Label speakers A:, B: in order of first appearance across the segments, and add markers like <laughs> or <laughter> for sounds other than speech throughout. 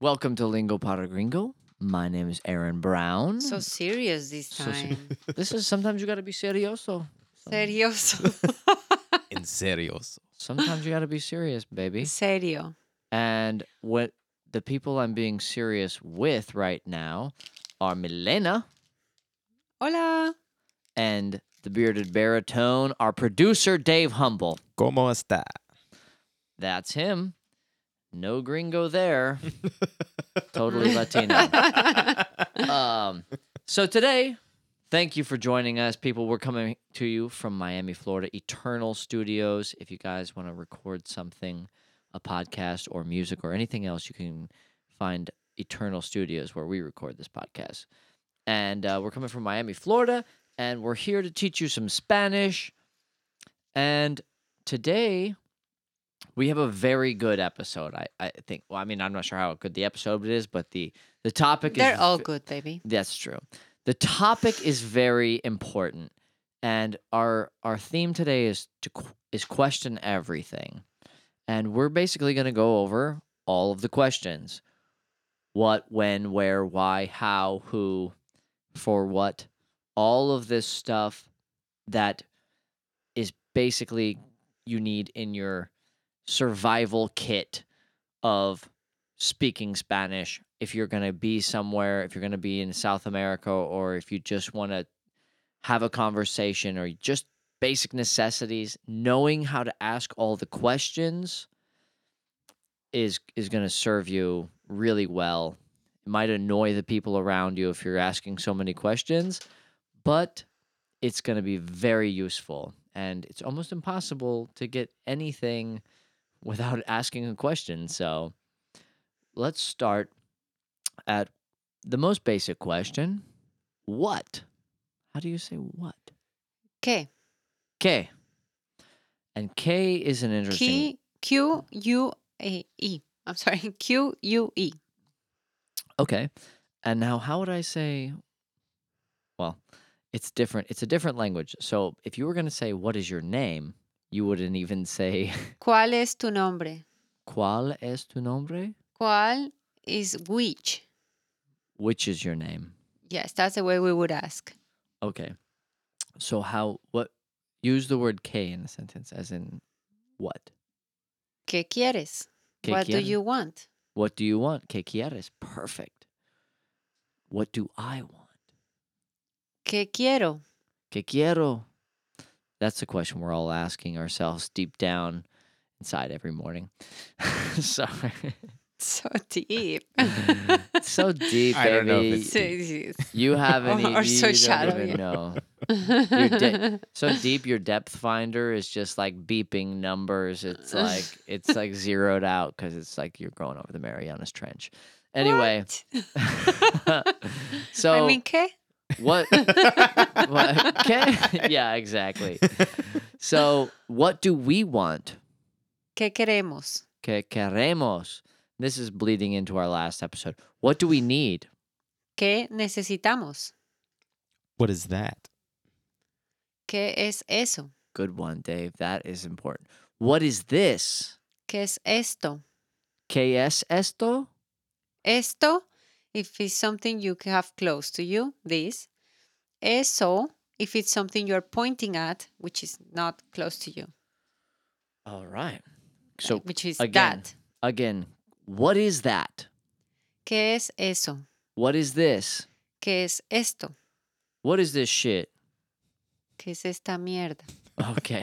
A: Welcome to Lingo Para Gringo. My name is Aaron Brown.
B: So serious this time.
A: <laughs> this is sometimes you gotta be serioso. <laughs>
B: Serioso. <laughs>
C: En serios.
A: Sometimes you gotta be serious, baby.
B: Serio.
A: And what the people I'm being serious with right now are Milena
B: Hola.
A: and the bearded baritone, our producer Dave Humble.
C: ¿Cómo está?
A: That's him. No gringo there. totally Latino. um, so today, thank you for joining us, people. We're coming to you from Miami, Florida, Eternal Studios. If you guys want to record something, a podcast or music or anything else, you can find Eternal Studios where we record this podcast. And uh, we're coming from Miami, Florida, and we're here to teach you some Spanish. And today we have a very good episode. I, I think. Well, I mean, I'm not sure how good the episode is, but the the topic
B: They're
A: is
B: all
A: v-
B: good, baby.
A: that's true. The topic is very important, and our our theme today is to qu- is question everything, and we're basically going to go over all of the questions: what, when, where, why, how, who, for what, all of this stuff that is basically you need in your survival kit of speaking Spanish if you're going to be somewhere, if you're going to be in South America, or if you just want to have a conversation or just basic necessities, knowing how to ask all the questions is is going to serve you really well. It might annoy the people around you if you're asking so many questions, but it's going to be very useful. And it's almost impossible to get anything without asking a question. So, let's start at the most basic question what how do you say what
B: ¿Qué?
A: k and k is an interesting
B: Q, Q, U, A, E. I'm sorry. <laughs> Q, U, E.
A: okay and now how would i say well it's different it's a different language so if you were going to say what is your name you wouldn't even say <laughs>
B: ¿Cuál es tu nombre?
A: cuál es tu nombre
B: ¿Cuál is which?
A: which is your name
B: Yes, that's the way we would ask.
A: okay so how what use the word k in a sentence as in what
B: ¿Qué quieres?
A: ¿Qué
B: what do
A: quieres?
B: you want?
A: What do you want? Que quieres? Perfect. What do I want?
B: ¿Qué quiero? <laughs>
A: Que quiero? That's the question we're all asking ourselves deep down inside every morning. <laughs> Sorry.
B: So deep.
A: <laughs> so deep,
C: I don't know if
A: baby.
C: it's
B: So it <laughs>
A: You haven't
B: Or-
A: e-
B: or
A: you
B: so
A: don't
B: shallow.
A: even know.
B: is.
A: Your
B: <laughs>
A: de- So deep your depth finder is just like beeping numbers.
B: <laughs>
A: It's like it's like zeroed out because it's like you're going over the Marianas Trench.
B: <laughs>
A: Anyway. <laughs>
B: What?
A: so
B: I mean, ¿qué?
A: what <laughs> Well, okay. yeah, exactly. So, what do we want?
B: ¿Qué queremos?
A: Que queremos. This is bleeding into our last episode. What do we need?
B: ¿Qué necesitamos?
C: What is that?
B: ¿Qué es eso?
A: Good one, Dave. That is important. What is this?
B: ¿Qué es esto?
A: ¿Qué es esto?
B: Esto, if it's something you c- have close to you, this. Eso, if it's something you're pointing at, which is not close to you, uh,
A: All right. So,
B: which is
A: again.
B: that.
A: again, what is that?
B: ¿Qué es eso?
A: What is this?
B: ¿Qué es esto?
A: What is this <laughs> shit?
B: ¿Qué es esta mierda?
A: Okay.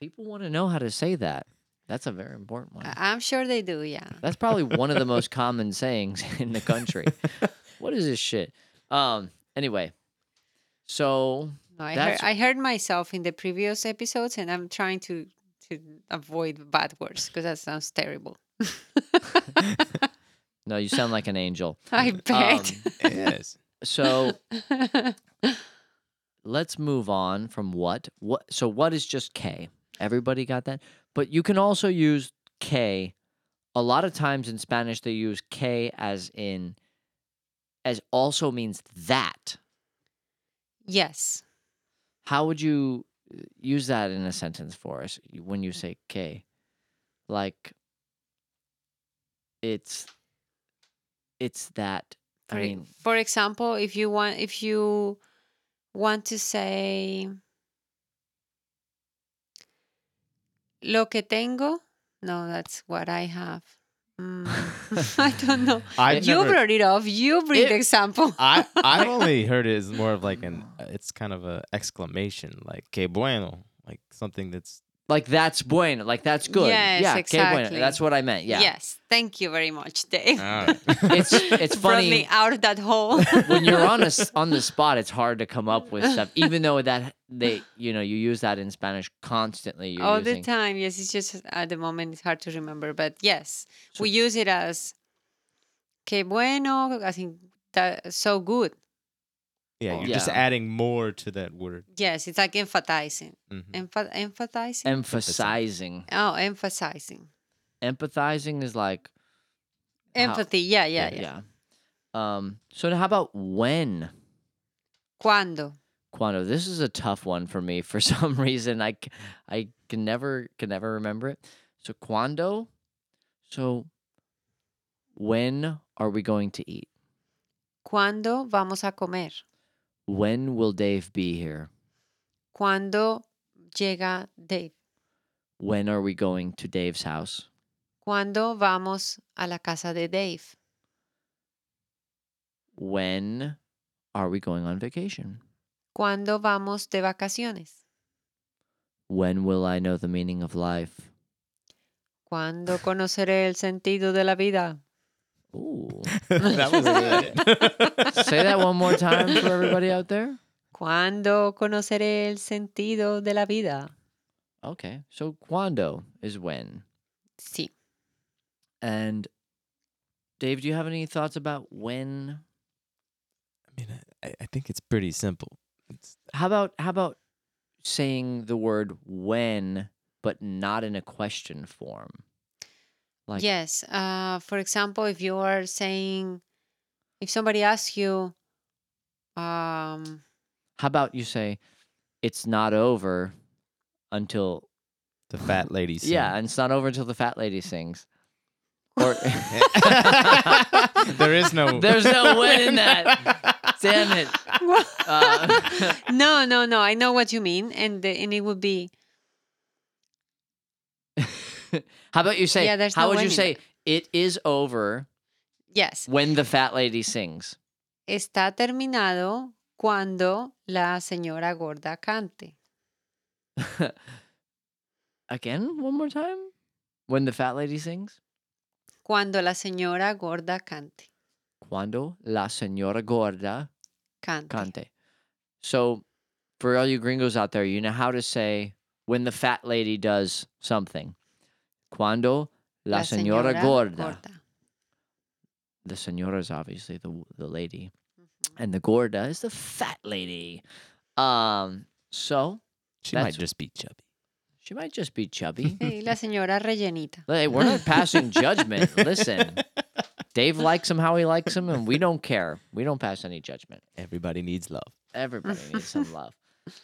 A: People want to know how to say that. That's a very important one.
B: I- I'm sure they do, yeah.
A: That's probably one of the most common sayings <laughs> in the country. what is this shit? Um. Anyway, so
B: No, I, heard,
A: That's-
B: I heard myself in the previous episodes and I'm trying to, to avoid bad words because that sounds terrible. <laughs>
A: no, you sound like an angel.
B: I
A: Um,
B: bet.
C: Yes.
A: so
B: <laughs>
A: let's move on from what what. So what is just K? Everybody got that, but you can also use K. A lot of times in Spanish, they use K as in as also means that.
B: yes.
A: How would you uh, use that in a sentence for us y- when you say K? Like, it's it's that.
B: For,
A: I
B: e-
A: mean,
B: for example, if you want if you want to say lo que tengo, no, that's what I have. Mm, <laughs> I
A: <laughs>
B: don't know.
C: I
A: I've
B: you brought it off. You bring the
A: It- <laughs>
B: example.
C: I I've only heard it as more of like an it's kind of a exclamation like que bueno like something that's
A: like that's bueno, like that's good.
B: Yes,
A: yeah, que bueno.
B: exactly.
A: That's what I meant. Yeah.
B: Yes. Thank you very much, Dave.
C: Ah.
A: It's it's
B: <laughs> Brought
A: funny.
B: me out of that hole. <laughs>
A: when you're on a s on the spot, it's hard to come up with
B: <laughs>
A: stuff. Even though that they, you know, you use that in Spanish constantly. You're
B: all
A: using,
B: the time. Yes, it's just at the moment it's hard to remember, but yes,
A: So-
B: we use it as que bueno. I think that so good.
C: <laughs> yeah you're just
A: Yeah.
C: adding more to that word.
B: Yes, it's like emphasizing,
C: Mhm.
B: Empha- emphasizing.
A: emphasizing.
B: oh, emphasizing,
A: Empathizing is like How-
B: empathy. Yeah, yeah, yeah.
A: yeah. Um. So how about when?
B: Cuando.
A: Quando. This is a tough one for me for <laughs> some reason. I, c- I can never can never remember it. So quando. So when are we going to eat?
B: Cuando vamos a comer.
A: When will Dave be here?
B: Cuando llega Dave.
A: When are we going to Dave's house?
B: Cuando vamos a la casa de Dave.
A: When are we going on vacation?
B: Cuando vamos de vacaciones.
A: When will I know the meaning of life?
B: Cuando conoceré el sentido de la vida.
A: Ooh.
C: <laughs>
A: <laughs>
C: that was good.
A: Say that one more time for everybody out there.
B: Cuando conoceré el sentido de la vida.
A: Okay. So quando is when.
B: Sí.
A: And Dave, do you have any thoughts about when?
C: I mean, I, I think it's pretty simple. It's
A: How about how about saying the word when but not in a question form? Like
B: yes. Uh, for example, if you are saying, if somebody asks you, <laughs> um,
A: how about you say it's not over until
C: the fat lady. Song.
A: Yeah, and it's not over until the fat lady sings. Or
C: <laughs>
A: <laughs>
C: there is no.
A: There's no when in
C: <laughs>
A: that. Damn it.
B: <laughs>
A: Uh,
B: no, no, no, I know what you mean, and the, and it would be
A: <laughs> How about you say?
B: Yeah, there's
A: how
B: no
A: would you
B: when
A: say
B: in
A: it is over
B: yes,
A: when the fat lady sings?
B: está terminado cuando la señora gorda cante.
A: Again, one more time. When the fat lady sings.
B: Cuando la señora gorda cante.
A: Cuando la señora gorda
B: Cante.
A: cante. So, for all you gringos out there, you know how to say when the fat lady does something. Cuando la, señora, gorda. The señora is obviously the the lady.
B: Ujú.
A: and the gorda is the fat lady. Um, so
C: She
A: That's-
C: might just be chubby.
A: she might just be <laughs> chubby.
B: Sí, la señora rellenita.
A: hey, we're not passing judgment. <laughs> Listen, Dave likes him how he likes him, and we don't care. We don't pass any judgment.
C: Everybody needs love.
A: Everybody needs some
B: <laughs>
A: love.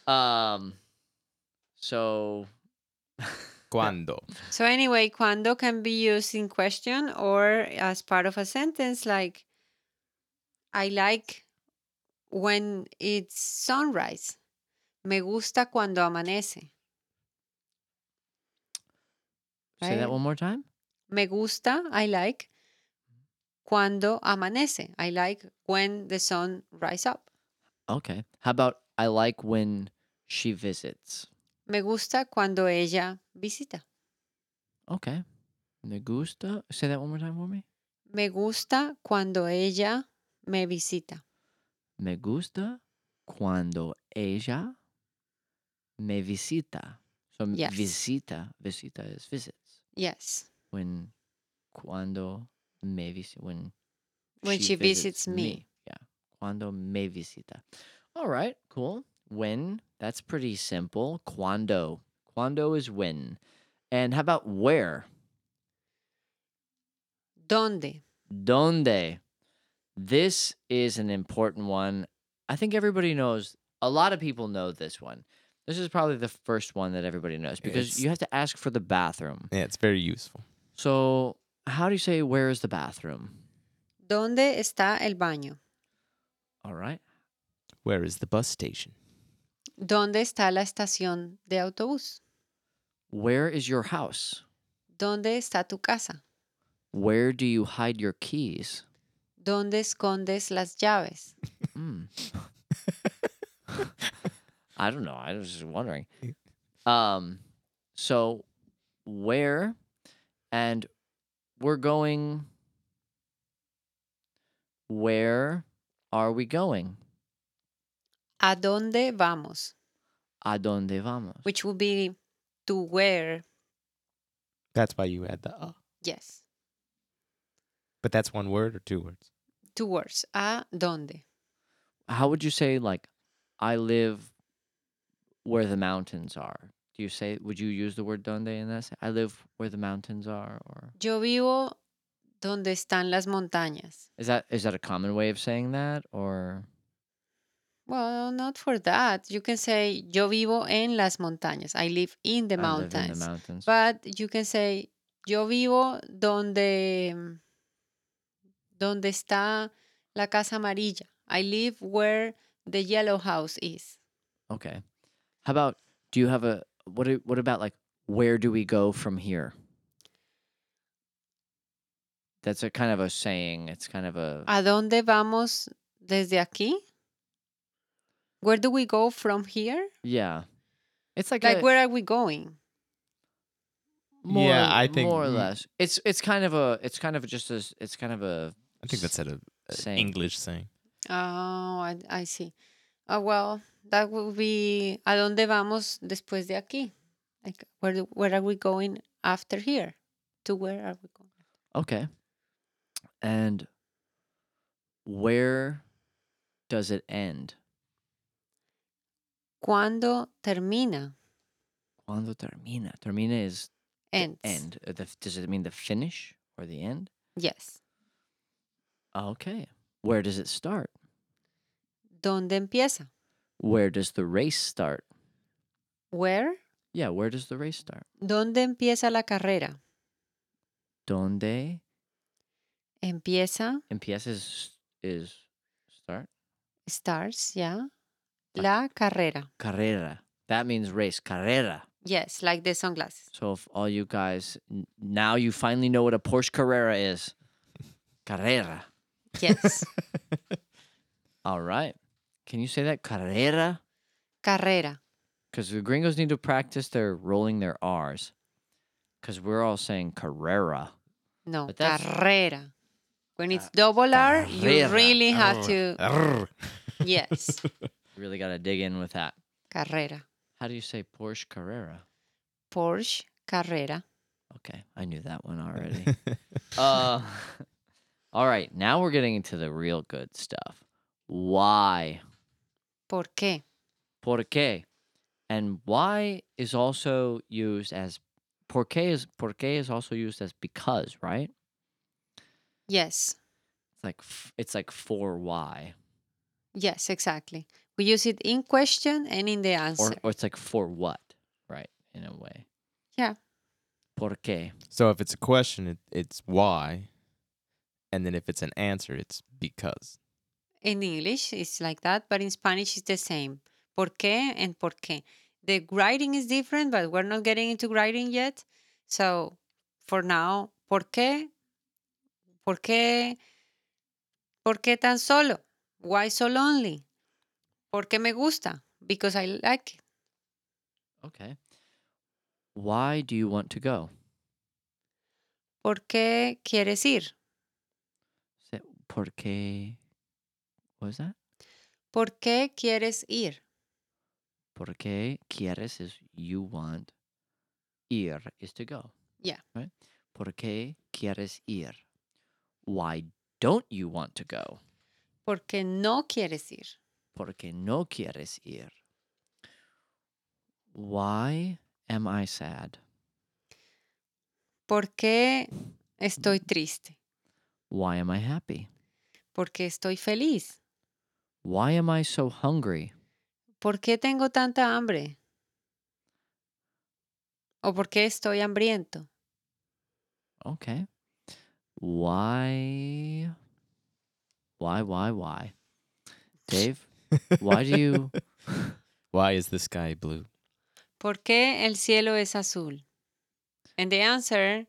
A: Um, so
C: Cuando.
B: So anyway, cuando can be used in question or as part of a sentence like I like when it's sunrise. Me gusta cuando amanece.
A: say that
B: Right.
A: one more time.
B: Me gusta, I like cuando amanece. I like when the sun rise up.
A: Okay. How about I like when she visits.
B: Me gusta cuando ella visita.
A: Okay. Me gusta. Say that one more time for me.
B: Me gusta cuando ella me visita.
A: Me gusta cuando ella me visita. So m-
B: Yes.
A: visita, visita is visits.
B: Yes.
A: When cuando me visita, when
B: When she visits me.
A: Yeah. Cuando me visita. All right, cool. When, that's pretty simple. Cuando. Cuando is when. And how about where?
B: ¿Dónde?
A: Donde. This is an important one. I think everybody knows. A lot of people know this one. This is probably the first one that everybody knows because
C: It's-
A: you have to ask for the bathroom.
C: Yeah, it's very useful.
A: So, how do you say where is the bathroom?
B: ¿Dónde está el baño?
A: All right.
C: Where is the bus station?
B: ¿Dónde está la estación de autobús?
A: Where is your house?
B: ¿Dónde está tu casa?
A: Where do you hide your keys?
B: ¿Dónde escondes las llaves?
A: Mm. <laughs> I don't know. I was just wondering. Um, so where and we're going where are we going?
B: ¿A dónde vamos?
A: A donde vamos?
B: Which would be to where.
C: That's why you add the uh.
B: Yes.
C: But that's one word or two words?
B: Two words. ¿A dónde?
A: How would you say like I live where the mountains are? Do you say would you use the word donde in that? sen- I live where the mountains are or
B: Yo vivo donde están las montañas.
A: is that is that a common way of saying that or
B: Well, not for that. You can say yo vivo en las montañas. I live in the
A: I live
B: mountains.
A: in the mountains?
B: But you can say yo vivo donde mm, donde está la casa amarilla. I live where the yellow house is.
A: Okay. How about do you have a what a- what about like where do we go from here? That's a kind of a saying. It's kind of a
B: ¿A dónde vamos desde aquí? Where do we go from here?
A: yeah. It's like,
B: Like
A: a,
B: where are we going?
A: more,
C: Yeah, I think
A: more or
C: we-
A: less. It's it's kind of a it's kind of just a it's kind of a
C: I think that's an
A: Saying.
C: Uh, English saying.
B: Oh, I, I see. Oh, well, that would be ¿A dónde vamos después de aquí? Like where do- where are we going after here? To where are we going?
A: okay. And where does it end?
B: ¿Cuándo termina?
A: Cuando termina? Termina is the
B: Ends.
A: end. Uh, the- does it mean the finish or the end?
B: Yes.
A: Okay. Where does it start?
B: ¿Dónde empieza?
A: Where does the race start?
B: Where?
A: Yeah, where does the race start?
B: ¿Dónde empieza la carrera?
A: Donde
B: Empieza,
A: empieza is, is start?
B: starts, yeah. La carrera.
A: Carrera. That means race. Carrera.
B: Yes, like the sunglasses.
A: So if all you guys, n- now you finally know what a Porsche Carrera is. Carrera. <laughs>
B: Yes.
A: All right. Can you say that? Carrera?
B: carrera.
A: Because the gringos need to practice their rolling their R's. Because we're all saying Carrera.
B: No,
A: But that's-
B: carrera. When it's double R, you
A: carrera. Oh.
B: really have to.
C: Arr.
A: <laughs>
B: Yes,
A: Really got to dig in with that.
B: carrera.
A: How do you say Porsche Carrera?
B: Porsche, carrera.
A: Okay, I knew that one
C: <laughs>
A: already. uh, <laughs> all right, now we're getting into the real good stuff. Why?
B: ¿Por qué?
A: Por qué? And why is also used as por qué is por qué is also used as because, right?
B: Yes,
A: It's like f- it's like for why,
B: yes, exactly. We use it in question and in the
A: or
B: answer.
A: or it's like for what, right? In a way.
B: Yeah.
A: Por qué?
C: so if it's a question, it, it's why. And then if it's an answer, it's because.
B: In English, it's like that, but in Spanish, it's the same. ¿Por qué and por qué? The writing is different, but we're not getting into writing yet. So for now, ¿por qué? ¿Por qué? ¿Por qué tan solo? Why so lonely? ¿Por qué me gusta? Because I like it.
A: Okay. Why do you want to go?
B: ¿Por qué quieres ir?
A: Say, Por qué? What was that?
B: ¿Por qué quieres ir?
A: Porque quieres is you want. Ir is to go.
B: Yeah.
A: Right? Porque quieres ir. Why don't you want to go?
B: ¿Por qué no quieres ir?
A: Porque no quieres ir. Why am I sad?
B: ¿Por qué estoy triste?
A: Why am I happy?
B: ¿Por qué estoy feliz?
A: Why am I so hungry?
B: ¿por qué tengo tanta hambre? ¿O por qué estoy hambriento?
A: Okay. Why Why, why, why? Dave, why do you.
C: Why is the sky blue?
B: ¿Por qué el cielo es azul? And the answer,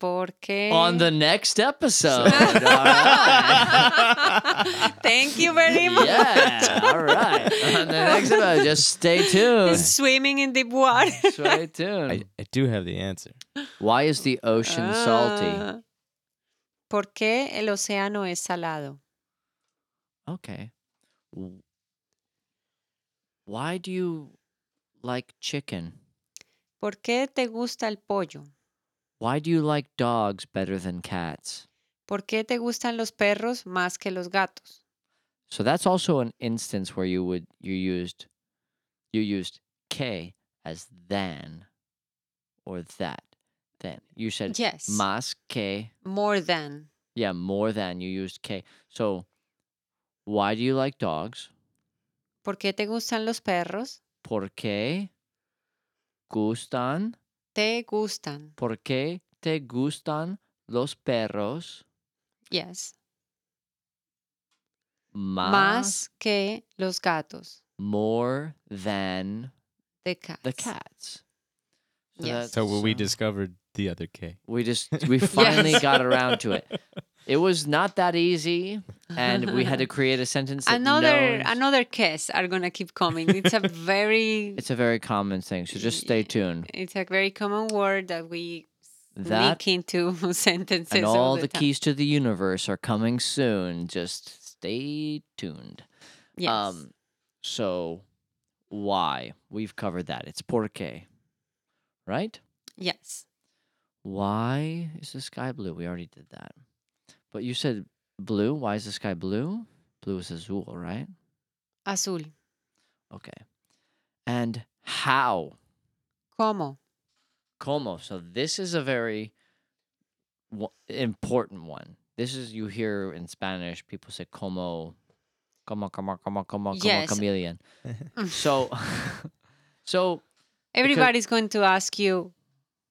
B: porque...
A: On the next episode. <laughs> all <laughs> right.
B: <laughs> Thank you very much.
A: yeah, all right. On the next episode, just stay <laughs> tuned.
B: Swimming in deep water.
A: Stay tuned.
C: I, I do have the answer.
A: Why is the ocean salty?
B: Ah. ¿Por qué el océano es salado?
A: Okay. W- Why do you like chicken?
B: ¿Por qué te gusta el pollo?
A: Why do you like dogs better than cats?
B: ¿Por qué te gustan los perros más que los gatos?
A: So that's also an instance where you would you used you used k as than or that. Then you said
B: Yes.
A: mas k.
B: More than.
A: Yeah, more than you used k. So why do you like dogs?
B: ¿Por qué te gustan los perros?
A: Por qué gustan?
B: Te gustan.
A: Por qué te gustan los perros
B: Yes.
A: más,
B: Más que los gatos.
A: more than
B: The cats.
A: the cats?
B: Yes.
C: So
A: that's,
C: we
A: uh,
C: discovered the other K.
A: we just
C: <laughs>
A: we finally got around to it. It was not that easy, and we
B: <laughs>
A: had to create a sentence. That no
B: Another
A: one's-
B: another case are gonna keep coming.
A: <laughs>
B: It's a very
A: It's a very common thing, so just stay
B: Yeah.
A: tuned.
B: it's a very common word that we
A: That
B: sneak into <laughs> sentences.
A: and
B: all,
A: all the
B: time.
A: keys to the universe are coming soon. Just stay tuned.
B: Yes.
A: um, so why? We've covered that. It's porque, right?
B: yes.
A: Why is the sky blue? We already did that. But you said blue. Why is the sky blue? Blue is azul, right?
B: Azul.
A: Okay. And how?
B: ¿Cómo?
A: Como. So this is a very w- important one. This is you hear in Spanish people say como, como, como, como, como,
B: Yes.
A: como chameleon. <laughs> so, so
B: Everybody's going to ask you,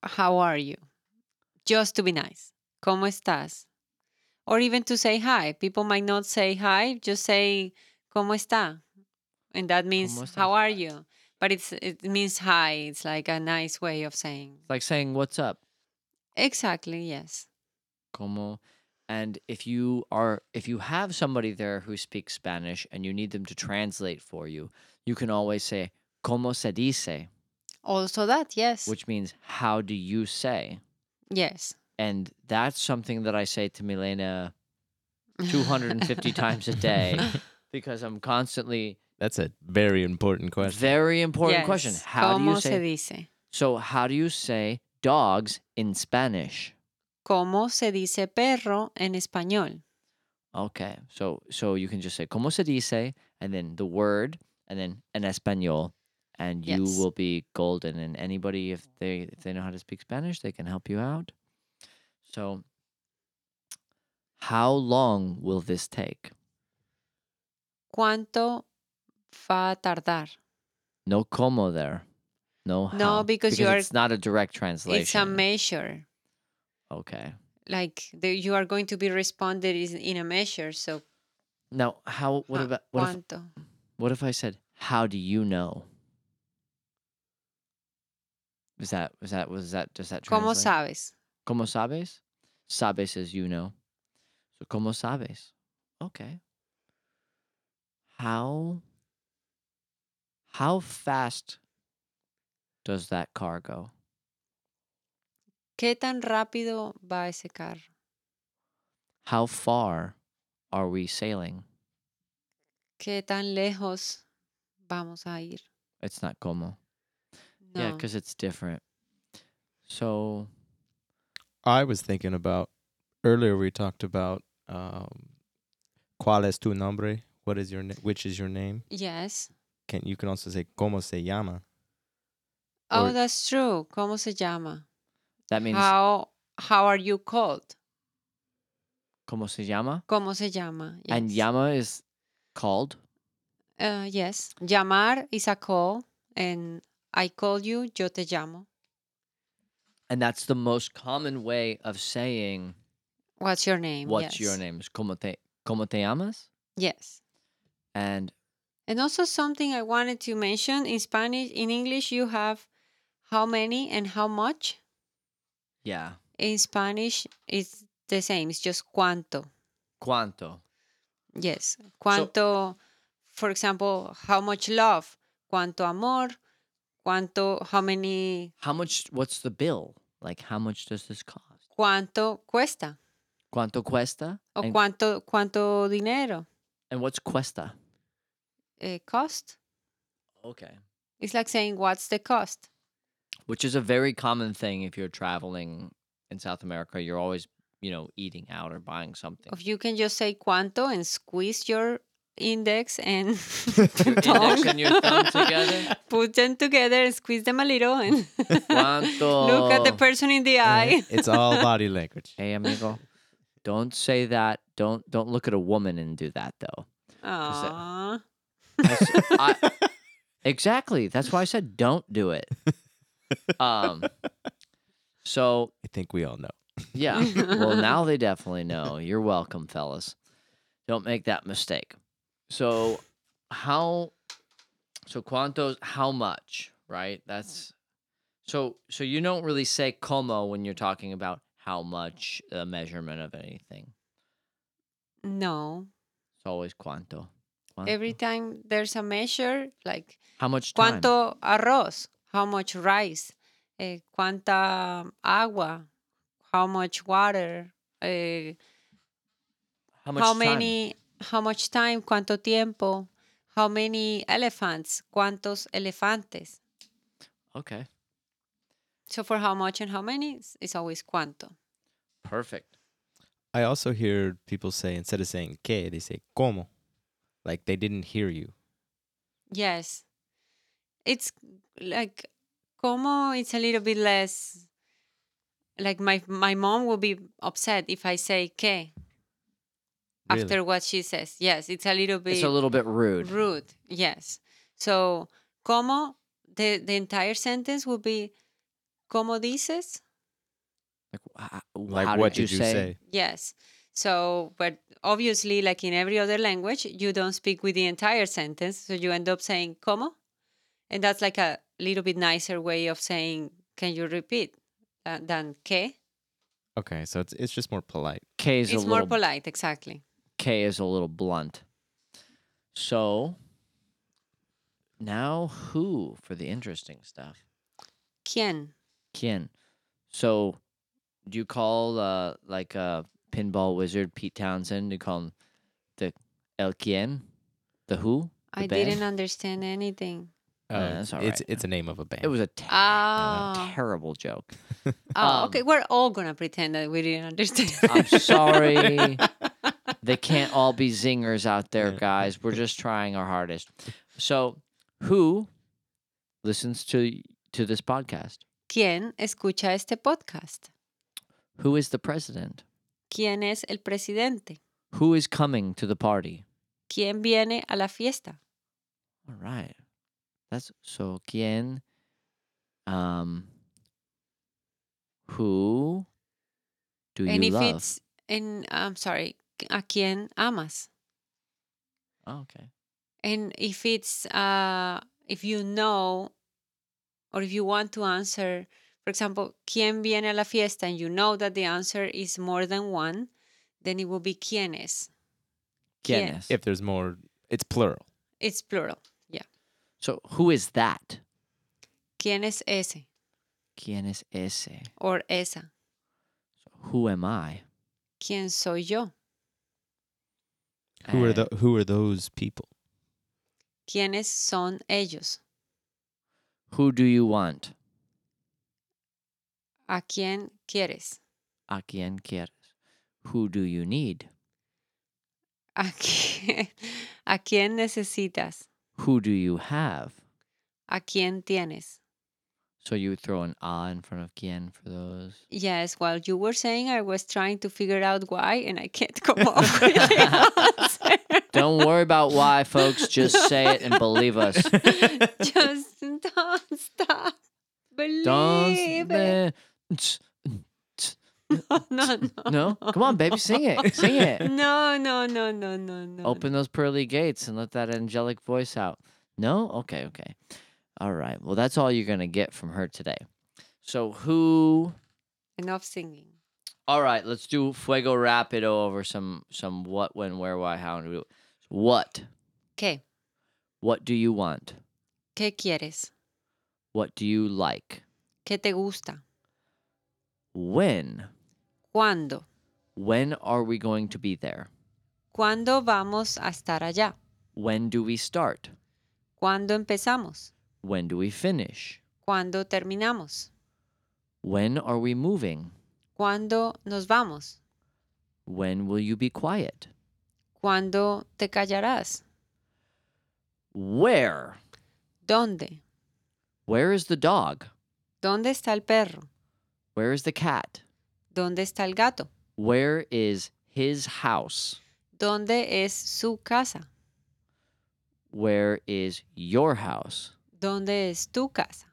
B: how are you? Just to be nice. ¿Cómo estás? Or even to say hi. People might not say hi, just say, ¿Cómo está? And that means,
A: ¿Cómo está?
B: how are you? But it's it means hi. It's like a nice way of saying.
A: like saying what's up,
B: Exactly, yes.
A: como, and if you are if you have somebody there who speaks Spanish and you need them to translate for you, you can always say como se dice,
B: Also that, yes.
A: which means how do you say,
B: yes.
A: and that's something that I say to Milena
B: <laughs>
A: 250 times a day because I'm constantly
C: That's a very important question.
A: very important question.
B: Yes.
A: How do you
B: ¿Cómo
A: say
B: se dice?
A: So how do you say dogs in Spanish?
B: ¿Cómo se dice perro en español?
A: Okay. So so you can just say como se dice and then the word and then en español and you
B: Yes.
A: will be golden and anybody if they if they know how to speak Spanish, they can help you out. So how long will this take?
B: ¿Cuánto va a tardar?
A: No como there. No how.
B: No, because you are-
A: it's not a direct translation.
B: It's a measure.
A: okay.
B: Like the, you are going to be responded is in a measure. So
A: Now, how? What
B: Ah,
A: about what if,
B: ¿cuánto?
A: what if I said, "How do you know?" Is that was that was that does that
B: ¿Cómo
A: translate?
B: sabes?
A: Como sabes? Sabes is you know. So como sabes? Okay. How? How fast does that car go?
B: ¿Qué tan rápido va ese carro?
A: How far are we sailing?
B: ¿Qué tan lejos vamos a ir?
A: It's not como. Yeah,
B: No.
A: because it's different. So
C: I was thinking about earlier. We talked about um, cuál es tu nombre? What is your na- which is your name?
B: yes.
C: Can you can also say cómo
A: <laughs>
C: se llama?
B: Oh,
C: Or-
B: that's true. ¿Cómo se llama?
A: that means
B: How how are you called?
A: como se llama?
B: ¿Cómo se llama?
A: And
B: Yes.
A: llama is called.
B: Uh, yes. Llamar is a call, and I call you, yo te llamo.
A: And that's the most common way of saying
B: What's your name?
A: What's your
B: Yes.
A: name? Is como te como te llamas?
B: Yes.
A: And
B: And also something I wanted to mention in Spanish, in English you have how many and how much.
A: yeah,
B: In Spanish it's the same. It's just cuánto.
A: cuánto?
B: Yes. Cuánto for example, how much love, cuánto amor, cuánto how many
A: How much? What's the bill? Like how much does this cost?
B: cuánto cuesta
A: Cuánto cuesta?
B: o
A: and,
B: cuánto cuánto dinero
A: and what's cuesta?
B: eh, cost.
A: Okay.
B: It's like saying what's the cost?
A: Which is a very common thing if you're traveling in South America. You're always, you know, eating out or buying something.
B: If you can just say cuánto and squeeze your index and <laughs>
A: Index and your thumb together.
B: put them together and squeeze them a little and <laughs>
A: Cuánto? Eh,
B: look at the person in the eye.
C: it's all body language.
A: Hey, amigo. Don't say that. Don't don't look at a woman and do that though. that-
B: Aw.
A: I s- I- exactly. That's why I said don't do it. Um. So
C: I think we all know.
A: yeah. Well, now they definitely know. You're welcome, fellas. Don't make that mistake. So how? So quantos? How much? Right. That's. So so you don't really say como when you're talking about how much a measurement of anything.
B: No.
A: It's always cuanto. Cuanto.
B: Every time there's a measure, like
A: how much time?
B: cuánto arroz, how much rice, eh, cuánta agua, how much water, eh,
A: How much
B: how
A: time?
B: many how much time cuánto tiempo how many elephants cuántos elefantes
A: Okay.
B: so for how much and how many it's- it's always cuánto
A: Perfect.
C: I also hear people say instead of saying que, they say como, like they didn't hear you.
B: yes it's like como it's a little bit less like my my mom will be upset if i say que
C: Really?
B: after what she says yes it's a little bit
A: It's a little bit rude.
B: Rude, yes. So, como, the, the entire sentence would be, como dices?
A: Like, wha-
C: Like
A: how
C: what
A: did you, say?
B: Yes. So, but obviously, like in every other language, you don't speak with the entire sentence. So you end up saying, como? And that's like a little bit nicer way of saying, can you repeat? Uh, than que.
C: Okay, so it's it's just more polite.
A: K is
B: It's
A: a
B: more
A: little
B: polite, exactly.
A: K is a little blunt. So now who for the interesting stuff?
B: ¿Quién?
A: Kin. So do you call uh like uh pinball wizard Pete Townsend? Do you call him the El Quien? The who? The
B: I
A: band?
B: didn't understand anything.
A: Yeah, Oh, that's all
C: Uh, it's
A: right.
C: it's a name of a band.
A: It was a te-
B: Ah.
A: terrible joke.
B: Oh,
A: Um,
B: okay. We're all going to pretend that we didn't understand.
A: <laughs>
B: <laughs>
A: I'm
C: <laughs>
A: sorry. they can't all be zingers out there,
C: Yeah.
A: guys. We're just trying our hardest. So, who listens to to this podcast?
B: ¿Quién escucha este podcast?
A: Who is the president?
B: ¿Quién es el presidente?
A: Who is coming to the party?
B: ¿Quién viene a la fiesta?
A: All right. That's so quien um who do you
B: and if
A: love?
B: it's and I'm sorry, ¿a quién amas?
A: oh, okay.
B: And if it's uh if you know or if you want to answer, for example, ¿quién viene a la fiesta? and you know that the answer is more than one, then it will be ¿quién es? Quien.
A: Quienes.
C: if there's more, it's plural.
B: It's plural.
A: so who is that?
B: ¿Quién es ese?
A: Quien es ese?
B: Or esa.
A: So who am I?
B: ¿Quién soy yo?
C: Who are
A: And-
C: the who are those people?
B: ¿Quiénes son ellos?
A: Who do you want?
B: ¿A quién quieres? <laughs>
A: A quien quieres. Who do you need?
B: ¿A quién, ¿A quién necesitas?
A: Who do you have?
B: ¿A quién tienes?
A: So you would throw an ah in front of quien for those.
B: Yes, while you were saying, I was trying to figure out why, and I can't come up with
A: <laughs>
B: the
A: Don't worry about why, folks. Just say it and believe us.
B: answer. <laughs> Just don't stop. Believe
A: Don't.
B: it.
A: eh, ts- ts-
B: no, <laughs>
A: <laughs> No?
B: no,
A: Come on, baby, sing it. Sing it.
B: No, no, no, no, no, no.
A: Open those pearly gates and let that angelic voice out. No? Okay, okay. All right. Well, that's all you're going to get from her today. So, who
B: Enough singing.
A: All right, let's do fuego rapido over some some what, when, where, why, how, and who. what.
B: ¿Qué?
A: What do you want?
B: ¿Qué quieres?
A: What do you like?
B: ¿Qué te gusta?
A: When?
B: ¿Cuándo?
A: When are we going to be there?
B: ¿Cuándo vamos a estar allá?
A: When do we start?
B: ¿Cuándo empezamos?
A: When do we finish?
B: ¿Cuándo terminamos?
A: When are we moving?
B: ¿Cuándo nos vamos?
A: When will you be quiet?
B: ¿Cuándo te callarás?
A: Where?
B: ¿Dónde?
A: Where is the dog?
B: ¿Dónde está el perro?
A: Where is the cat?
B: ¿Dónde está el gato?
A: Where is his house?
B: ¿Dónde es su casa?
A: Where is your house?
B: ¿Dónde es tu casa?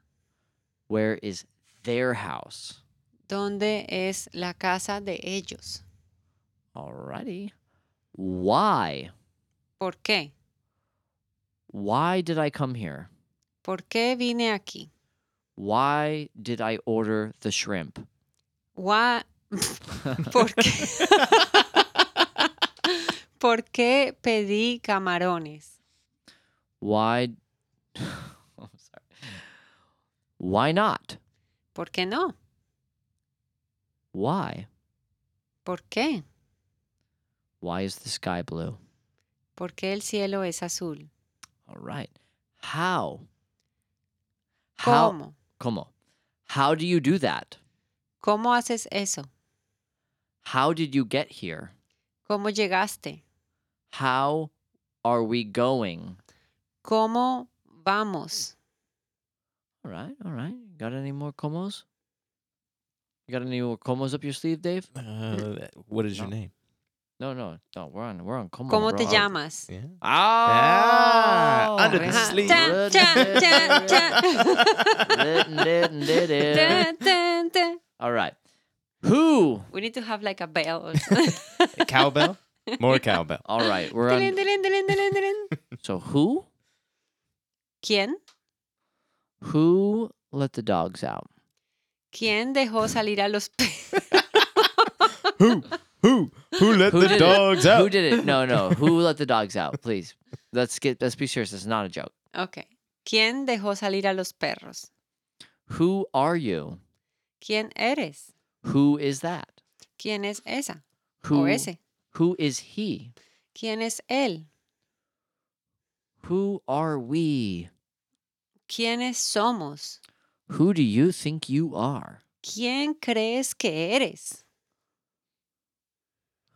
A: Where is their house?
B: ¿Dónde es la casa de ellos?
A: Alrighty. Why?
B: ¿Por qué?
A: Why did I come here?
B: ¿Por qué vine aquí?
A: Why did I order the shrimp?
B: Why- ¿Por qué? <laughs> ¿Por qué pedí camarones?
A: Why? <laughs> I'm sorry. Why not?
B: ¿Por qué no?
A: Why?
B: ¿Por qué?
A: Why is the sky blue?
B: ¿Por qué el cielo es azul?
A: All right. How? How?
B: ¿Cómo?
A: Como? How do you do that?
B: ¿Cómo haces eso?
A: How did you get here?
B: ¿Cómo llegaste?
A: How are we going?
B: ¿Cómo vamos?
A: All right, all right. Got any more comos? You got any more comos up your sleeve, Dave?
C: Uh, what is your
A: No.
C: name?
A: No, no, no. We're on. We're on. Come
B: ¿Cómo
A: on,
B: te
A: bro.
B: llamas?
C: Yeah.
A: Ah,
C: under the
B: Oh, Ajá.
C: sleeve.
B: Tan,
A: <laughs>
B: tan, tan,
A: Lit and
B: tan.
A: did and did it.
B: Tan, tan, tan.
A: <laughs> All right. Who?
B: We need to have like a bell. or something.
A: <laughs>
C: Cowbell? More cowbell.
A: All right, we're
B: Tilín,
A: on.
B: tilín, tilín, tilín, tilín.
A: So who?
B: ¿Quién?
A: Who let the dogs out?
B: ¿Quién dejó salir a los perros?
C: <laughs> who? Who? Who let
A: Who
C: the
A: did it?
C: dogs out?
A: Who did it? No, no. Who let the dogs out? Please. Let's get. Let's be serious. It's not a joke.
B: <laughs> Ok. ¿Quién dejó salir a los perros?
A: Who are you?
B: ¿Quién eres?
A: Who is that?
B: ¿Quién es esa
A: Who?
B: o ese?
A: Who is he?
B: ¿Quién es él?
A: Who are we?
B: ¿Quiénes somos?
A: Who do you think you are?
B: ¿Quién crees que eres?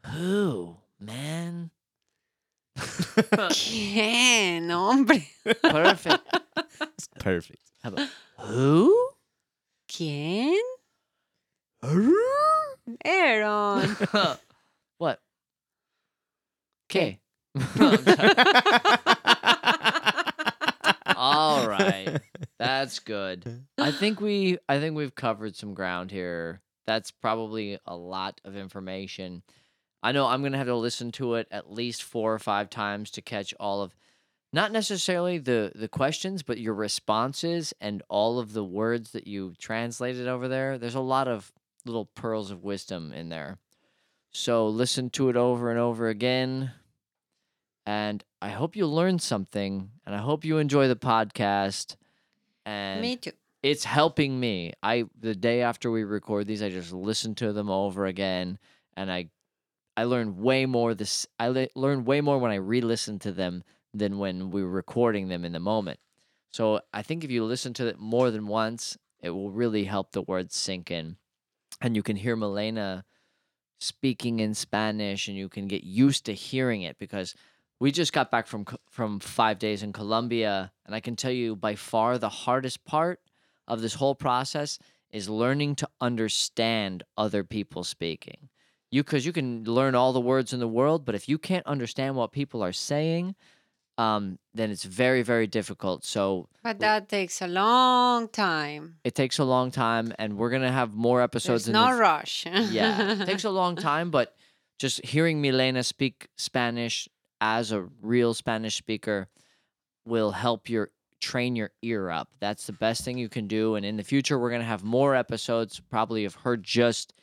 A: Who, man?
B: ¿Quién, hombre?
A: <laughs> Perfect.
C: <laughs> Perfect.
A: How about, <laughs> who?
B: ¿Quién?
A: <laughs>
B: Aaron.
A: what? Okay. <laughs> All
C: <laughs>
A: right. That's good. I think we I think we've covered some ground here. That's probably a lot of information. I know I'm going to have to listen to it at least 4 or 5 times to catch all of not necessarily the the questions, but your responses and all of the words that you translated over there. There's a lot of little pearls of wisdom in there. So listen to it over and over again. And I hope you learned something and I hope you enjoy the podcast. And
B: Me too.
A: it's helping me. I the day after we record these, I just listen to them over again, and I I learn way more. This I le- learn way more when I re-listen to them than when we were recording them in the moment. So I think if you listen to it more than once, it will really help the words sink in, and you can hear Milena speaking in Spanish, and you can get used to hearing it because we just got back from Co- from five days in Colombia, and I can tell you by far the hardest part of this whole process is learning to understand other people speaking. You because you can learn all the words in the world, but if you can't understand what people are saying, um, then it's very, very difficult. So
B: But that takes a long time.
A: it takes a long time, and we're gonna have more episodes.
B: There's
A: in
B: no
A: the
B: rush. <laughs>
A: yeah, it takes a long time, but just hearing Milena speak Spanish as a real Spanish speaker will help your train your ear up. That's the best thing you can do. And in the future, we're gonna have more episodes, probably of her just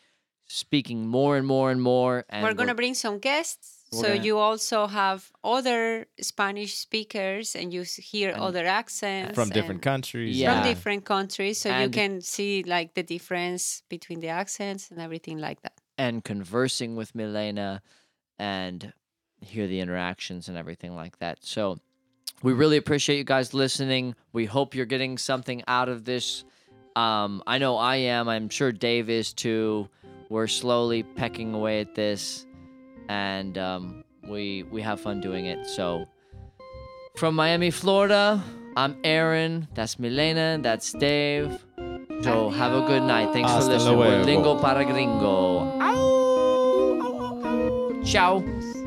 A: speaking more and more and more. And
B: we're going to bring some guests.
A: we're
B: So
A: gonna-
B: you also have other Spanish speakers and you s- hear
A: And-
B: other accents
C: from different
B: and
C: countries.
A: Yeah.
B: From different countries, so you
A: And-
B: can see like the difference between the accents and everything like that.
A: and conversing with Milena and hear the interactions and everything like that. So we really appreciate you guys listening. We hope you're getting something out of this. Um, I know I am. I'm sure Dave is too. We're slowly pecking away at this, and um, we we have fun doing it. So from Miami, Florida, I'm Aaron. That's Milena. That's Dave. So have a good night. Thanks
C: Hasta
A: for listening. We're
C: luego.
A: Lingo para Gringo. Ciao.